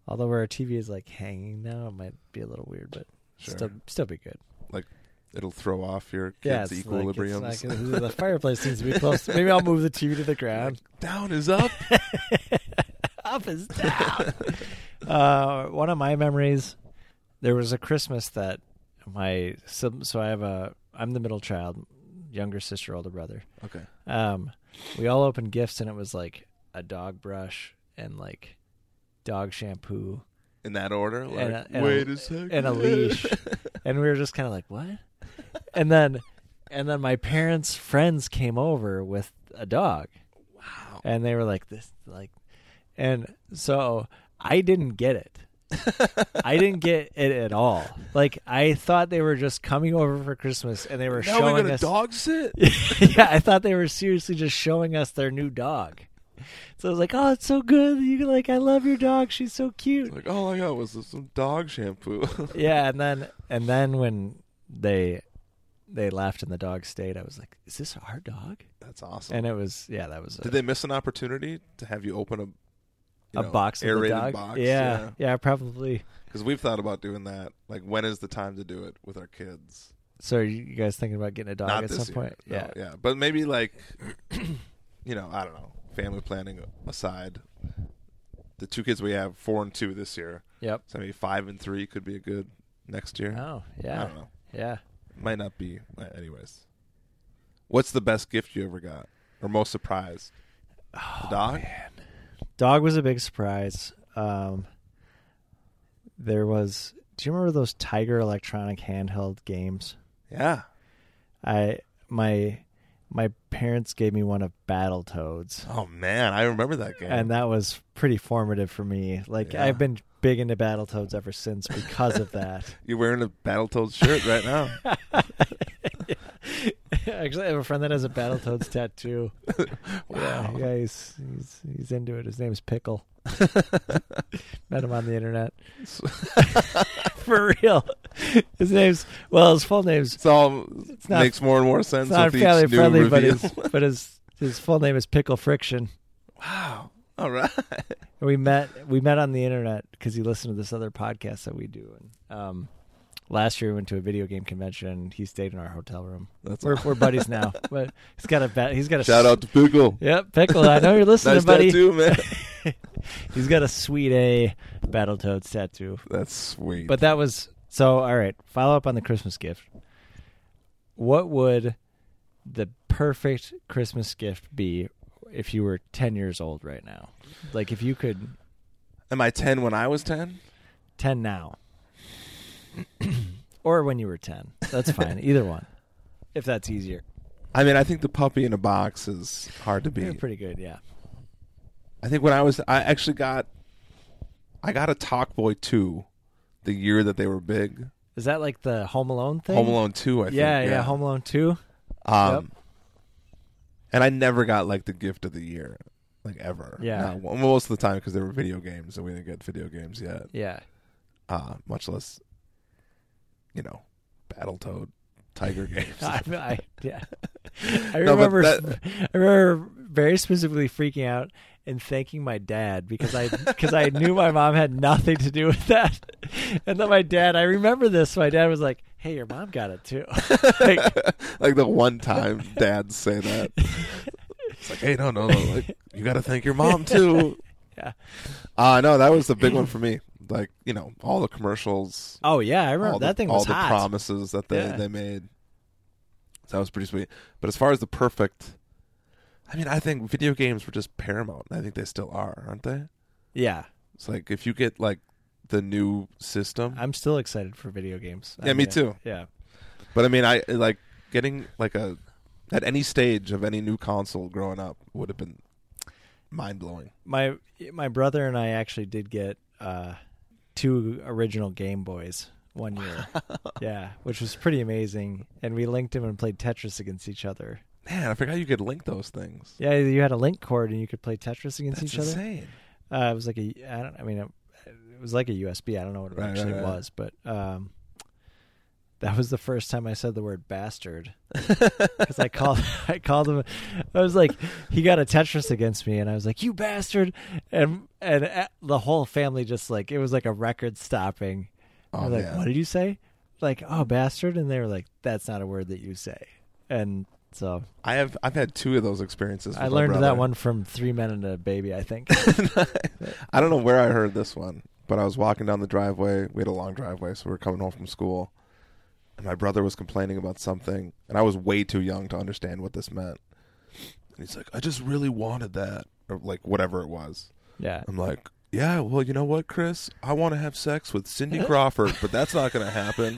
A: Although our TV is like hanging now, it might be a little weird, but
B: Sure.
A: still, still be good.
B: It'll throw off your
A: yeah,
B: kids'
A: it's like- it's
B: equilibriums.
A: not gonna- the fireplace seems to be close. Maybe I'll move the TV to the ground.
B: Down is up.
A: Up is down. uh, one of my memories, there was a Christmas that my so, so I have a I'm the middle child, younger sister, older brother.
B: okay.
A: Um, we all opened gifts and it was like a dog brush and like dog shampoo
B: In that order. Like,
A: and a, and a-
B: wait a, second.
A: and a leash, and we were just kind of like, what? And then, and then my parents' friends came over with a dog. Wow. And they were like this, like, and so I didn't get it. I didn't get it at all. Like I thought they were just coming over for Christmas, and they were
B: now we're
A: showing
B: gonna
A: us
B: dog sit.
A: yeah, I thought they were seriously just showing us their new dog. So I was like, "Oh, it's so good! You like, I love your dog. She's so cute."
B: like all I got was some dog shampoo.
A: Yeah, and then and then when they they left and the dog stayed, I was like, "Is this our dog?"
B: That's awesome.
A: And it was yeah, that was a,
B: Did they miss an opportunity to have you open a you
A: a
B: know,
A: box of the
B: aerated
A: dog.
B: box?
A: yeah, yeah, probably.
B: Because we've thought about doing that. Like, when is the time to do it with our kids?
A: So are you guys thinking about getting a dog
B: Not
A: at
B: this
A: some
B: year.
A: point?
B: No,
A: yeah,
B: yeah. But maybe like, you know, I don't know. Family planning aside, the two kids we have, four and two this year.
A: yep.
B: So maybe five and three could be a good next year.
A: Oh
B: I
A: yeah,
B: don't know.
A: yeah.
B: Might not be. uh, Anyways, what's the best gift you ever got or most surprised?
A: Oh,
B: the dog.
A: dog was a big surprise. Um, there was. Do you remember those Tiger electronic handheld games?
B: Yeah.
A: I my my parents gave me one of Battletoads,
B: Oh man, I remember that game.
A: and that was pretty formative for me. Like
B: Yeah.
A: I've been big into Battletoads ever since because of that.
B: You're wearing a Battletoads shirt right now.
A: Actually, I have a friend that has a Battletoads tattoo.
B: wow.
A: Yeah, yeah, he's, he's he's into it. His name's Pickle. Met him on the internet. For real. His name's well, his full name's
B: It's all
A: It's not-
B: makes more and more
A: it's
B: sense
A: not
B: with
A: family
B: each new
A: friendly, but
B: reveal.
A: his but his his full name is Pickle Friction.
B: wow. All right.
A: And we met we met on the internet because he listened to this other podcast that we do. And um, last year we went to a video game convention. He stayed in our hotel room.
B: That's
A: We're, we're buddies now. But he's got a bat, he's got a
B: Shout out to Google.
A: Yep, Pickle. I know you're listening,
B: nice
A: buddy.
B: tattoo, man.
A: He's got a sweet A Battletoads tattoo.
B: That's sweet.
A: But that was so all right, follow up on the Christmas gift. What would the perfect Christmas gift be if you were ten years old right now? Like if you could
B: Am I ten when I was ten?
A: ten now. or when you were ten. That's fine. Either one. If that's easier.
B: I mean, I think the puppy in a box is hard to
A: You're
B: beat.
A: pretty good, yeah.
B: I think when I was, I actually got, I got a Talkboy two, the year that they were big.
A: Is that like the Home Alone thing?
B: Home Alone two, I think.
A: Yeah, yeah, Home Alone two.
B: Um, And I never got like the gift of the year, like ever.
A: Yeah.
B: Not one- most of the time because there were video games and we didn't get video games yet.
A: Yeah.
B: Uh, much less, you know, Battletoad, Tiger games.
A: I, I, yeah. I
B: No, but
A: remember
B: that-
A: I remember very specifically freaking out and thanking my dad because I because I knew my mom had nothing to do with that. And then my dad, I remember this. My dad was like, "Hey, your mom got it too." Like,
B: like the one time dads say that. It's like, hey, no, no, no. Like, you got to thank your mom too.
A: Yeah.
B: Uh, no, that was the big one for me. Like, you know, all the commercials,
A: oh yeah, I remember
B: all
A: that
B: the,
A: thing
B: all
A: was
B: the
A: hot.
B: promises that they,
A: Yeah.
B: they made. So that was pretty sweet. But as far as the perfect, I mean, I think video games were just paramount. and I think they still are, aren't they?
A: Yeah,
B: It's like if you get like the new system,
A: I'm still excited for video games. I
B: Yeah, me
A: mean,
B: too.
A: Yeah,
B: but I mean, I like getting like a at any stage of any new console growing up would have been mind blowing.
A: my my brother and I actually did get uh, two original Game Boys one year. yeah, which was pretty amazing. And we linked them and played Tetris against each other.
B: Man, I forgot you could link those things.
A: Yeah, you had a link cord and you could play Tetris against
B: That's
A: each other.
B: insane.
A: Uh, it was like a, I don't, I mean, it, it was like a USB. I don't know what it
B: Right, right,
A: actually
B: right.
A: was, but um, that was the first time I said the word bastard because I called, I called him. I was like, he got a Tetris against me, and I was like, you bastard, and and uh, the whole family just like it was like a record stopping. I
B: Oh,
A: was like,
B: man.
A: what did you say? Like, oh, bastard, and they were like, that's not a word that you say, and so
B: I have I've had two of those experiences. With
A: I
B: my
A: learned
B: brother.
A: that one from Three Men and a Baby, I think.
B: I don't know where I heard this one, but I was walking down the driveway. We had a long driveway, so we were coming home from school. And my brother was complaining about something, and I was way too young to understand what this meant. And he's like, I just really wanted that, or like whatever it was.
A: yeah,
B: I'm like, yeah, well, you know what, Chris? I want to have sex with Cindy Crawford, but that's not going to happen.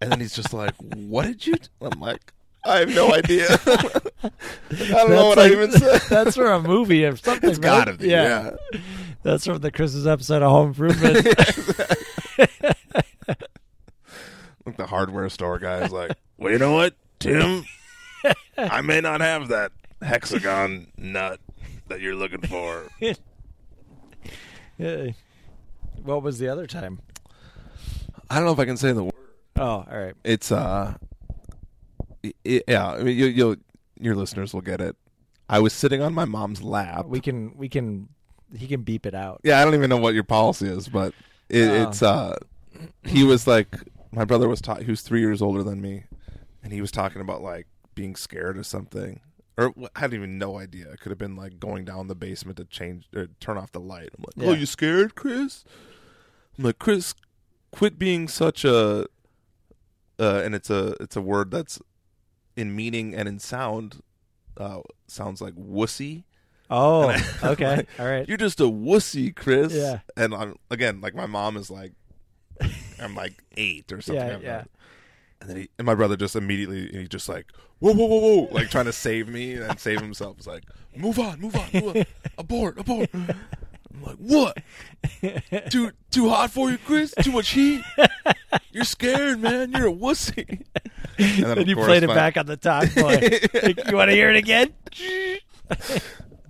B: and then he's just like, what did you? do?" I'm like, I have no idea. I don't know what
A: That's
B: I
A: like-
B: even said.
A: That's from a movie or something.
B: It's
A: right?
B: got to be, yeah.
A: That's from the Christmas episode of Home Improvement.
B: Like the hardware store guy is like, well, you know what, Tim? I may not have that hexagon nut that you're looking for.
A: Yeah. What was the other time?
B: I don't know if I can say the word.
A: Oh, all right.
B: It's uh, i- i- yeah. I mean, you, you'll your listeners will get it. I was sitting on my mom's lap.
A: We can we can he can beep it out.
B: yeah, I don't even know what your policy is, but it,
A: Oh.
B: it's uh, he was like my brother was taught. He was three years older than me, and he was talking about like being scared of something, or wh- I had even no idea. It could have been like going down the basement to change or turn off the light. I'm like, oh,
A: Yeah.
B: you scared, Chris? I'm like, Chris, quit being such a. Uh, and it's a it's a word that's in meaning and in sound uh, sounds like wussy.
A: Oh,
B: And I-
A: okay. All right.
B: You're just a wussy, Chris.
A: Yeah.
B: And I'm again like my mom is like, I'm like eight or something.
A: Yeah,
B: I'm
A: yeah.
B: not- And then he, and my brother just immediately he just like whoa whoa whoa whoa like trying to save me and then save himself. It's like move on move on move on abort abort. I'm like what? Too too hot for you, Chris? Too much heat? You're scared, man. You're a wussy. And, then, of
A: and you
B: course,
A: played it
B: my-
A: back on the top boy. Like, you want to hear it again?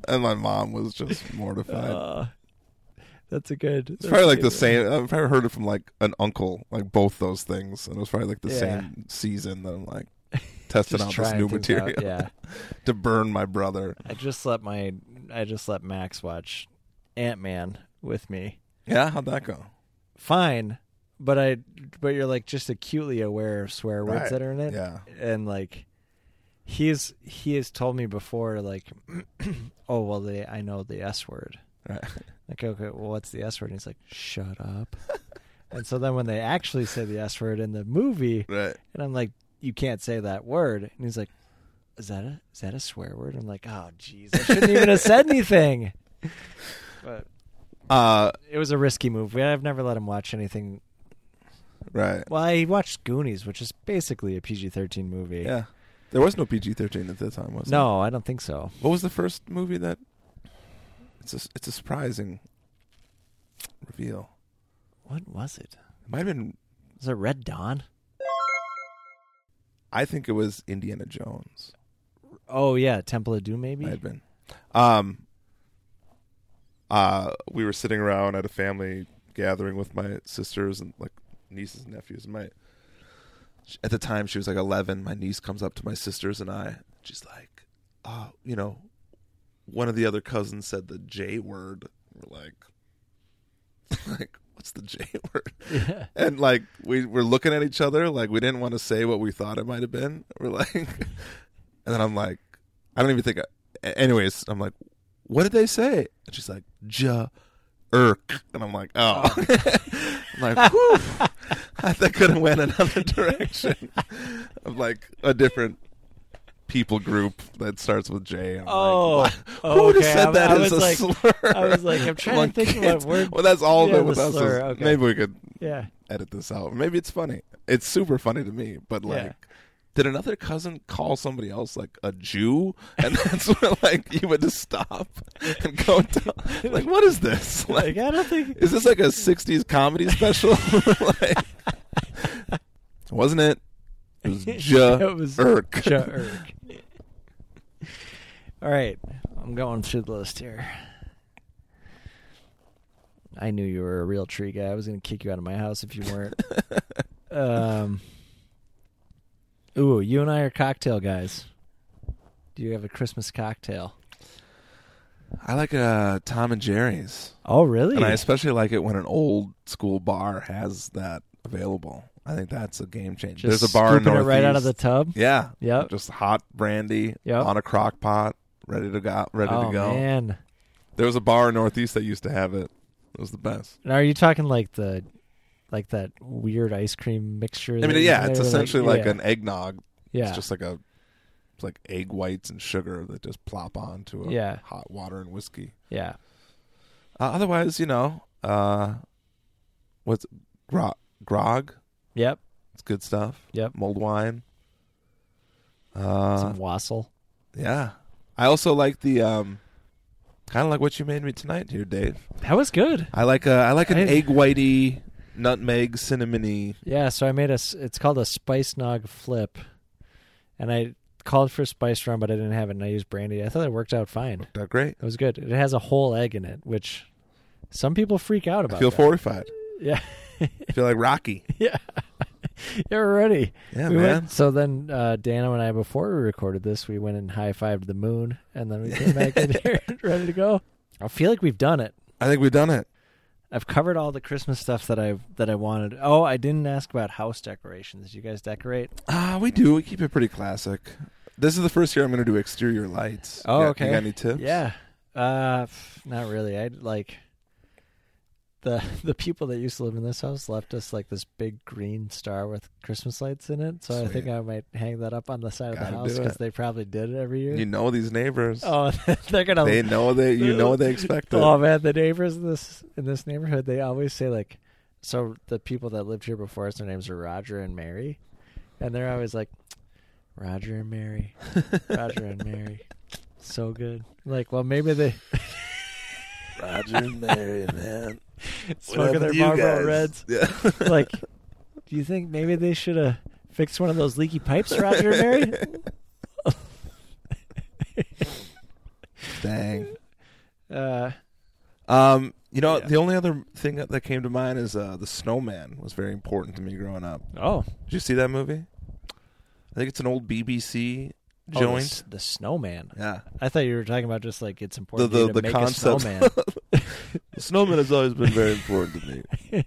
B: And my mom was just mortified.
A: Uh, that's a good.
B: It's probably like the same. I've probably heard it from like an uncle, like both those things, and it was probably like the
A: Yeah.
B: same season that I'm like testing out this new material
A: yeah.
B: to burn my brother.
A: I just let my I just let Max watch Ant Man with me.
B: Yeah, how'd that go?
A: fine, but I but you're like just acutely aware of swear words
B: Right.
A: that are in it.
B: Yeah.
A: And like he's he has told me before like oh well they I know the S word.
B: Right.
A: Like okay, well what's the S word? And he's like, Shut up. and so then when they actually say the S word in the movie
B: Right.
A: and I'm like, You can't say that word and he's like, Is that a is that a swear word? I'm like, Oh jeez, I shouldn't even have said anything. But
B: Uh,
A: it was a risky move. We- I've never let him watch anything
B: right.
A: well, I watched Goonies, which is basically a PG thirteen movie.
B: Yeah. There was no PG-13 at the time, was there?
A: No, I don't think so.
B: What was the first movie that? It's a it's a surprising reveal.
A: What was it?
B: It might have been.
A: Was it Red Dawn?
B: I think it was Indiana Jones.
A: Oh yeah, Temple of Doom
B: I
A: maybe.
B: had been. Um, uh, we were sitting around at a family gathering with my sisters and like nieces and nephews. And my sh- at the time she was like eleven. My niece comes up to my sisters and I. She's like, "Oh, you know, one of the other cousins said the J word." We're like, like. What's the J word? And like we were looking at each other, like we didn't want to say what we thought it might have been. We're like, and then I'm like, I don't even think. I, a- anyways, I'm like, what did they say? And she's
A: Oh.
B: like, ja, irk. And I'm like, oh. I'm like, whew. that could have went another direction of like a different people group that starts with J. I'm
A: Oh,
B: like,
A: oh,
B: who just
A: okay.
B: said
A: I-
B: that
A: I
B: as
A: was
B: a
A: like-
B: slur?
A: I was like, I'm trying to
B: Among
A: think of
B: kids.
A: what word-
B: Well, that's all
A: Yeah,
B: that
A: the
B: with us. is-
A: slur, okay.
B: Maybe we could
A: Yeah.
B: edit this out. Maybe it's funny. It's super funny to me, but
A: Yeah.
B: like. Did another cousin call somebody else like a Jew, and that's when like you would just stop and go down. like, what is this?
A: Like, I don't think.
B: Is this like a '60s comedy special? like, wasn't it? It was ja
A: It was
B: irk.
A: Ja Irk. All right, I'm going through the list here. I knew you were a real tree guy. I was going to kick you out of my house if you weren't. um, ooh, you and I are cocktail guys. Do you have a Christmas cocktail?
B: I like uh, Tom and Jerry's,
A: Oh, really?
B: and I especially like it when an old school bar has that available. I think that's a game changer.
A: Just
B: There's a bar in
A: scooping it
B: Northeast.
A: right out of the tub.
B: yeah,
A: Yep.
B: Just hot brandy
A: Yep.
B: on a crock pot, ready to go. Ready
A: oh
B: to go.
A: man!
B: There was a bar in Northeast that used to have it. It was the best.
A: Now, are you talking like the, like that weird ice cream mixture?
B: I mean, yeah, it's essentially like,
A: an.
B: an eggnog
A: Yeah.
B: It's just like a it's like egg whites and sugar that just plop onto a
A: Yeah.
B: hot water and whiskey.
A: yeah.
B: Uh, otherwise, you know, uh, what's gro- grog?
A: Yep.
B: It's good stuff.
A: Yep.
B: Mulled wine. Uh,
A: Some wassail.
B: yeah. I also like the um, kind of like what you made me tonight here, Dave.
A: That was good.
B: I like a I like an
A: I-
B: egg whitey, nutmeg, cinnamony.
A: Yeah. So I made a. s- It's called a spice nog flip, and I called for spice rum, but I didn't have it, and I used brandy. I thought it worked out fine.
B: Not great.
A: It was good. It has a whole egg in it, which some people freak out about.
B: Feel
A: that.
B: fortified.
A: Yeah.
B: Feel like Rocky.
A: yeah. You're ready.
B: Yeah,
A: we
B: man.
A: Went, so then uh, Dano and I, before we recorded this, we went and high fived the moon, and then we came back in here ready to go. I feel like we've done it.
B: I think we've done it.
A: I've covered all the Christmas stuff that I that I wanted. Oh, I didn't ask about house decorations. Do you guys decorate?
B: Ah, we do. We keep it pretty classic. This is the first year I'm going to do exterior lights.
A: Oh,
B: You got-
A: okay.
B: You got any tips?
A: Yeah. Uh, pff, not really. I like the the people that used to live in this house left us like this big green star with Christmas lights in it. So I think
B: Sweet.
A: I might hang that up on the side of
B: Gotta
A: the house
B: do
A: because
B: it.
A: they probably did it every year.
B: You know these neighbors.
A: oh, they're gonna.
B: They know they. You know they expect it.
A: Oh man, the neighbors in this in this neighborhood, they always say like, so the people that lived here before us, their names are Roger and Mary, and they're always like, Roger and Mary, Roger and Mary, so good. Like, well, maybe they
B: Roger and Mary, man.
A: smoking their Marlboro Reds.
B: Yeah.
A: Like, do you think maybe they should have fixed one of those leaky pipes, Roger and Mary?
B: Dang.
A: Uh,
B: Um, you know,
A: Yeah.
B: the only other thing that, that came to mind is uh, the Snowman was very important to me growing up.
A: oh,
B: Did you see that movie? I think it's an old
A: oh,
B: BBC
A: the,
B: joint.
A: s- the snowman.
B: yeah.
A: I thought you were talking about just like it's important
B: The-
A: to
B: the-
A: you to
B: the
A: make
B: concept.
A: a snowman.
B: The snowman has always been very important to me.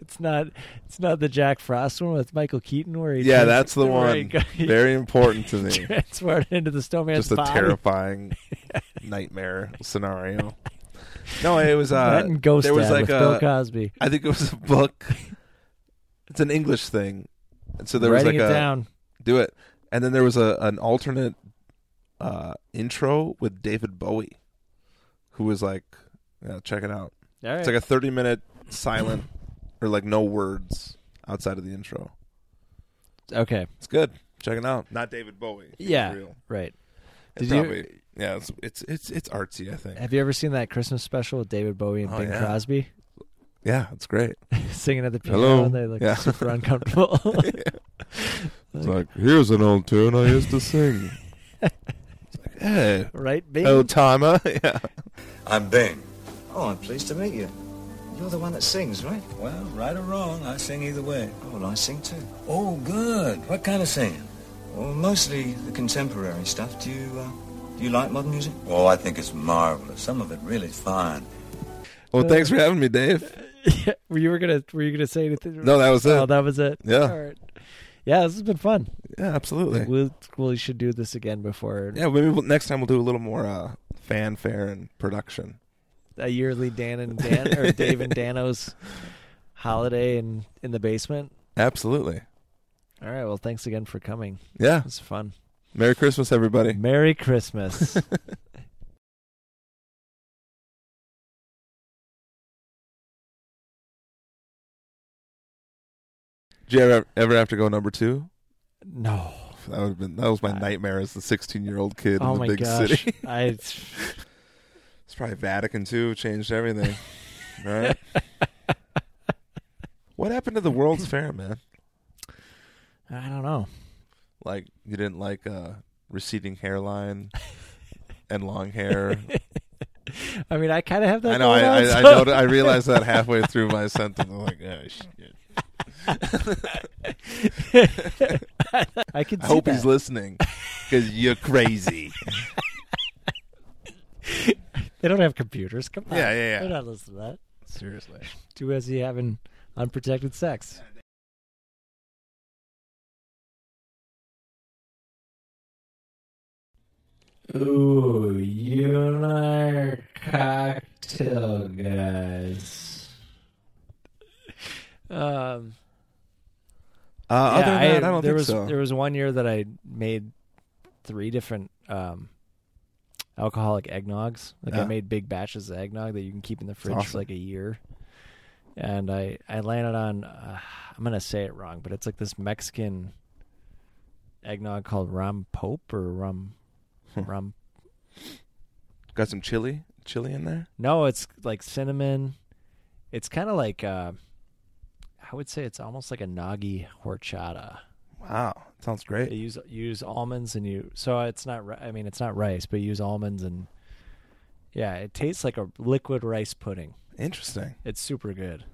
A: It's not. It's not the Jack Frost one with Michael Keaton where he.
B: Yeah,
A: trans-
B: that's the
A: where he
B: one.
A: go- he
B: Very important to me.
A: Transported into the snowman's
B: Just a
A: body.
B: terrifying nightmare scenario. No, it was uh,
A: That and Ghost
B: there was
A: Dad
B: like
A: with Bill
B: a,
A: Cosby.
B: I think it was a book. It's an English thing, and so there was
A: Writing
B: like
A: it
B: a
A: down.
B: do it, and then there was a an alternate uh, intro with David Bowie, who was like, yeah, check it out.
A: All right.
B: It's like a thirty minute silent or like no words outside of the intro.
A: okay.
B: It's good. Check it out. Not David Bowie. It was
A: Yeah.
B: real.
A: Right.
B: It
A: Did you- Eh.
B: probably- Yeah, it's, it's it's it's artsy. I think.
A: Have you ever seen that Christmas special with David Bowie and
B: Oh,
A: Bing
B: yeah.
A: Crosby
B: Yeah, it's great.
A: singing at the piano
B: Hello.
A: and they look
B: Yeah.
A: super uncomfortable?
B: It's like, here's an old tune I used to sing. It's like, hey,
A: right, Bing.
B: old timer. Oh, Yeah.
E: I'm Bing.
F: Oh, I'm pleased to meet you. You're the one that sings, right?
E: Well, right or wrong, I sing either way.
F: Oh, well, I sing too.
E: Oh, good. What kind of singing?
F: Well, mostly the contemporary stuff. Do you, uh, do you like modern music?
E: Oh, I think it's marvelous. Some of it really fine.
B: Well, thanks for having me, Dave.
A: Yeah, were you were gonna Were you gonna say anything?
B: No, that was it.
A: Oh, that was it.
B: Yeah.
A: All right. Yeah, this has been fun.
B: yeah, absolutely.
A: We'll, we should do this again before
B: Yeah, maybe we'll, next time we'll do a little more uh, fanfare and production.
A: a yearly Dan and Dan or Dave and Danos holiday in in the basement.
B: Absolutely.
A: All right. Well, thanks again for coming.
B: Yeah.
A: It's fun.
B: Merry Christmas, everybody.
A: Merry Christmas.
B: Did you ever, ever have to go number two?
A: no.
B: That would have been that was my nightmare as the 16 year old kid
A: Oh
B: in the
A: my
B: big
A: gosh.
B: city.
A: I.
B: It's probably Vatican II changed everything, right? what happened to the World's Fair, man?
A: I don't know.
B: Like you didn't like uh, receding hairline and long hair.
A: I mean, I kind of have that.
B: I know. I
A: going
B: I,
A: on,
B: I,
A: so-
B: know, I realized that halfway through my sentence. I'm like, oh shit.
A: I could. see
B: I hope
A: that.
B: he's listening because you're crazy.
A: They don't have computers. Come on.
B: Yeah, yeah, yeah.
A: They're not listening to that.
B: Seriously.
A: Too busy having unprotected sex. Ooh, you and I are cocktail guys. Um,
B: Uh, other than
A: yeah,
B: that, I don't
A: there
B: think
A: was,
B: so.
A: There was one year that I made three different um, alcoholic eggnogs. Like I
B: Yeah.
A: made big batches of eggnog that you can keep in the fridge for
B: awesome.
A: like a year. And I I landed on uh, I'm gonna say it wrong, but it's like this Mexican eggnog called rum pope or rum
B: Hmm.
A: rum.
B: Got some chili, chili in there.
A: No, it's like cinnamon. It's kind of like uh, I would say it's almost like a nagi horchata.
B: Wow, sounds great.
A: You use you use almonds and you so it's not ri- I mean it's not rice, but you use almonds and yeah, it tastes like a liquid rice pudding.
B: Interesting.
A: It's super good.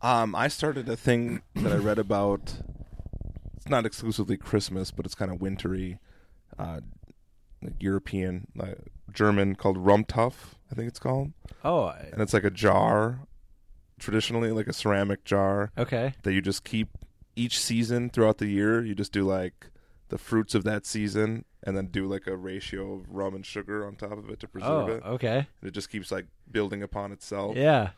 B: Um, I started a thing that I read about. It's not exclusively Christmas, but it's kind of wintry, uh, like European, like German called Rumtuff. I think it's called,
A: Oh, I-
B: and it's like a jar, traditionally like a ceramic jar
A: okay.
B: that you just keep each season throughout the year. You just do like the fruits of that season, and then do like a ratio of rum and sugar on top of it to preserve
A: Oh,
B: it.
A: okay.
B: And it just keeps like building upon itself.
A: Yeah.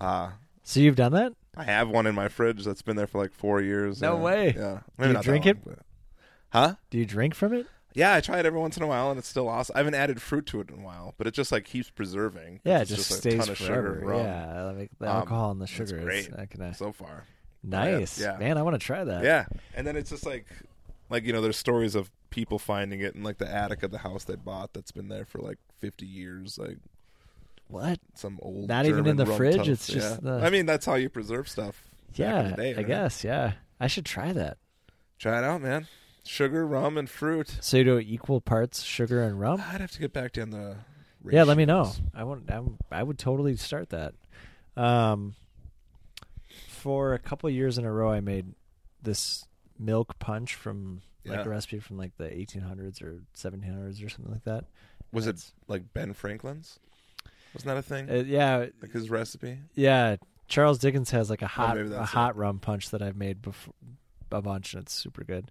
B: Uh,
A: So you've done that?
B: I have one in my fridge that's been there for like four years.
A: No
B: yeah.
A: way.
B: Yeah.
A: you
B: not that
A: drink
B: long,
A: it?
B: but- Huh?
A: Do you drink from it?
B: Yeah, I try it every once in a while, and it's still awesome. I haven't added fruit to it in a while, but it just like keeps preserving. 'cause
A: Yeah, it
B: it's
A: just,
B: a
A: stays
B: ton of
A: forever.
B: Sugar and rum
A: Yeah, I like the
B: Um,
A: alcohol and the
B: it's
A: sugar is
B: great.
A: not gonna-
B: So far,
A: nice.
B: yeah.
A: Man, I want to try that.
B: yeah, and then it's just like, like you know, there's stories of people finding it in like the attic of the house they bought that's been there for like 50 years, like
A: What?
B: some old.
A: Not even in
B: German
A: the
B: rum
A: fridge,
B: tub.
A: it's just
B: Yeah.
A: the-
B: I mean, that's how you preserve stuff. back in
A: Yeah,
B: the day,
A: I
B: right?
A: guess. Yeah, I should try that.
B: Try it out, man. Sugar, rum, and fruit.
A: So you do equal parts sugar and rum.
B: I'd have to get back down the.
A: yeah let me know
B: ratios.
A: i want i i would totally start that um for a couple years in a row i made this milk punch from like
B: Yeah.
A: a recipe from like the 1800s or 1700s or something like that
B: Was it
A: That's-
B: like Ben Franklin's? Wasn't that a thing?
A: Uh, yeah
B: like his recipe?
A: yeah charles dickens has like a hot
B: Oh, maybe
A: a
B: that's it.
A: hot rum punch that i've made before a bunch and it's super good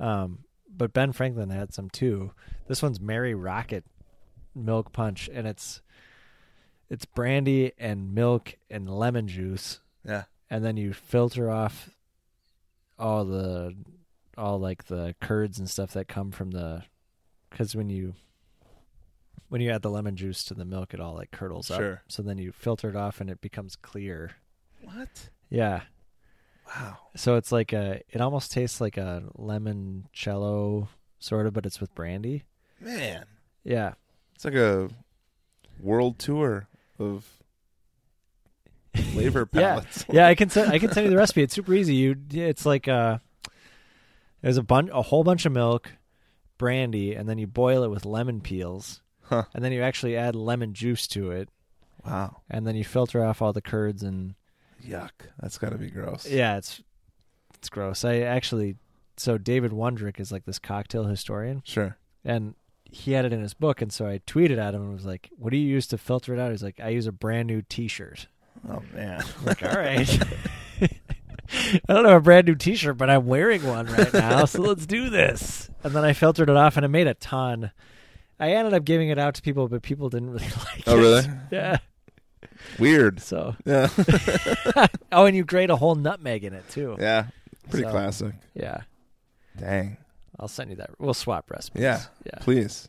A: um but ben franklin had some too this one's mary rocket milk punch and it's it's brandy and milk and lemon juice
B: Yeah.
A: and then you filter off all the all like the curds and stuff that come from the because when you when you add the lemon juice to the milk it all like curdles up
B: Sure.
A: so then you filter it off and it becomes clear
B: What?
A: yeah
B: Wow.
A: so it's like a it almost tastes like a lemon cello sort of but it's with brandy
B: Man.
A: yeah
B: It's like a world tour of flavor
A: Yeah.
B: palettes.
A: yeah, I can send I can send you the recipe. It's super easy. You, it's like uh, there's a bunch, a whole bunch of milk, brandy, and then you boil it with lemon peels,
B: Huh.
A: and then you actually add lemon juice to it,
B: Wow.
A: and then you filter off all the curds and
B: Yuck. That's got to be gross.
A: yeah, it's it's gross. I actually so David Wondrick is like this cocktail historian,
B: Sure.
A: and he had it in his book, and so I tweeted at him and was like, "What do you use to filter it out?" He's like, "I use a brand new T-shirt."
B: Oh man.
A: Like, all right. I don't have a brand new T-shirt, but I'm wearing one right now, so let's do this. And then I filtered it off, and I made a ton. I ended up giving it out to people, but people didn't really like it.
B: Oh, really?
A: Yeah.
B: Weird.
A: So,
B: Yeah.
A: oh, and you grate a whole nutmeg in it too.
B: yeah. Pretty
A: So-
B: classic.
A: Yeah.
B: Dang.
A: I'll send you that. We'll swap recipes.
B: Yeah.
A: yeah.
B: Please.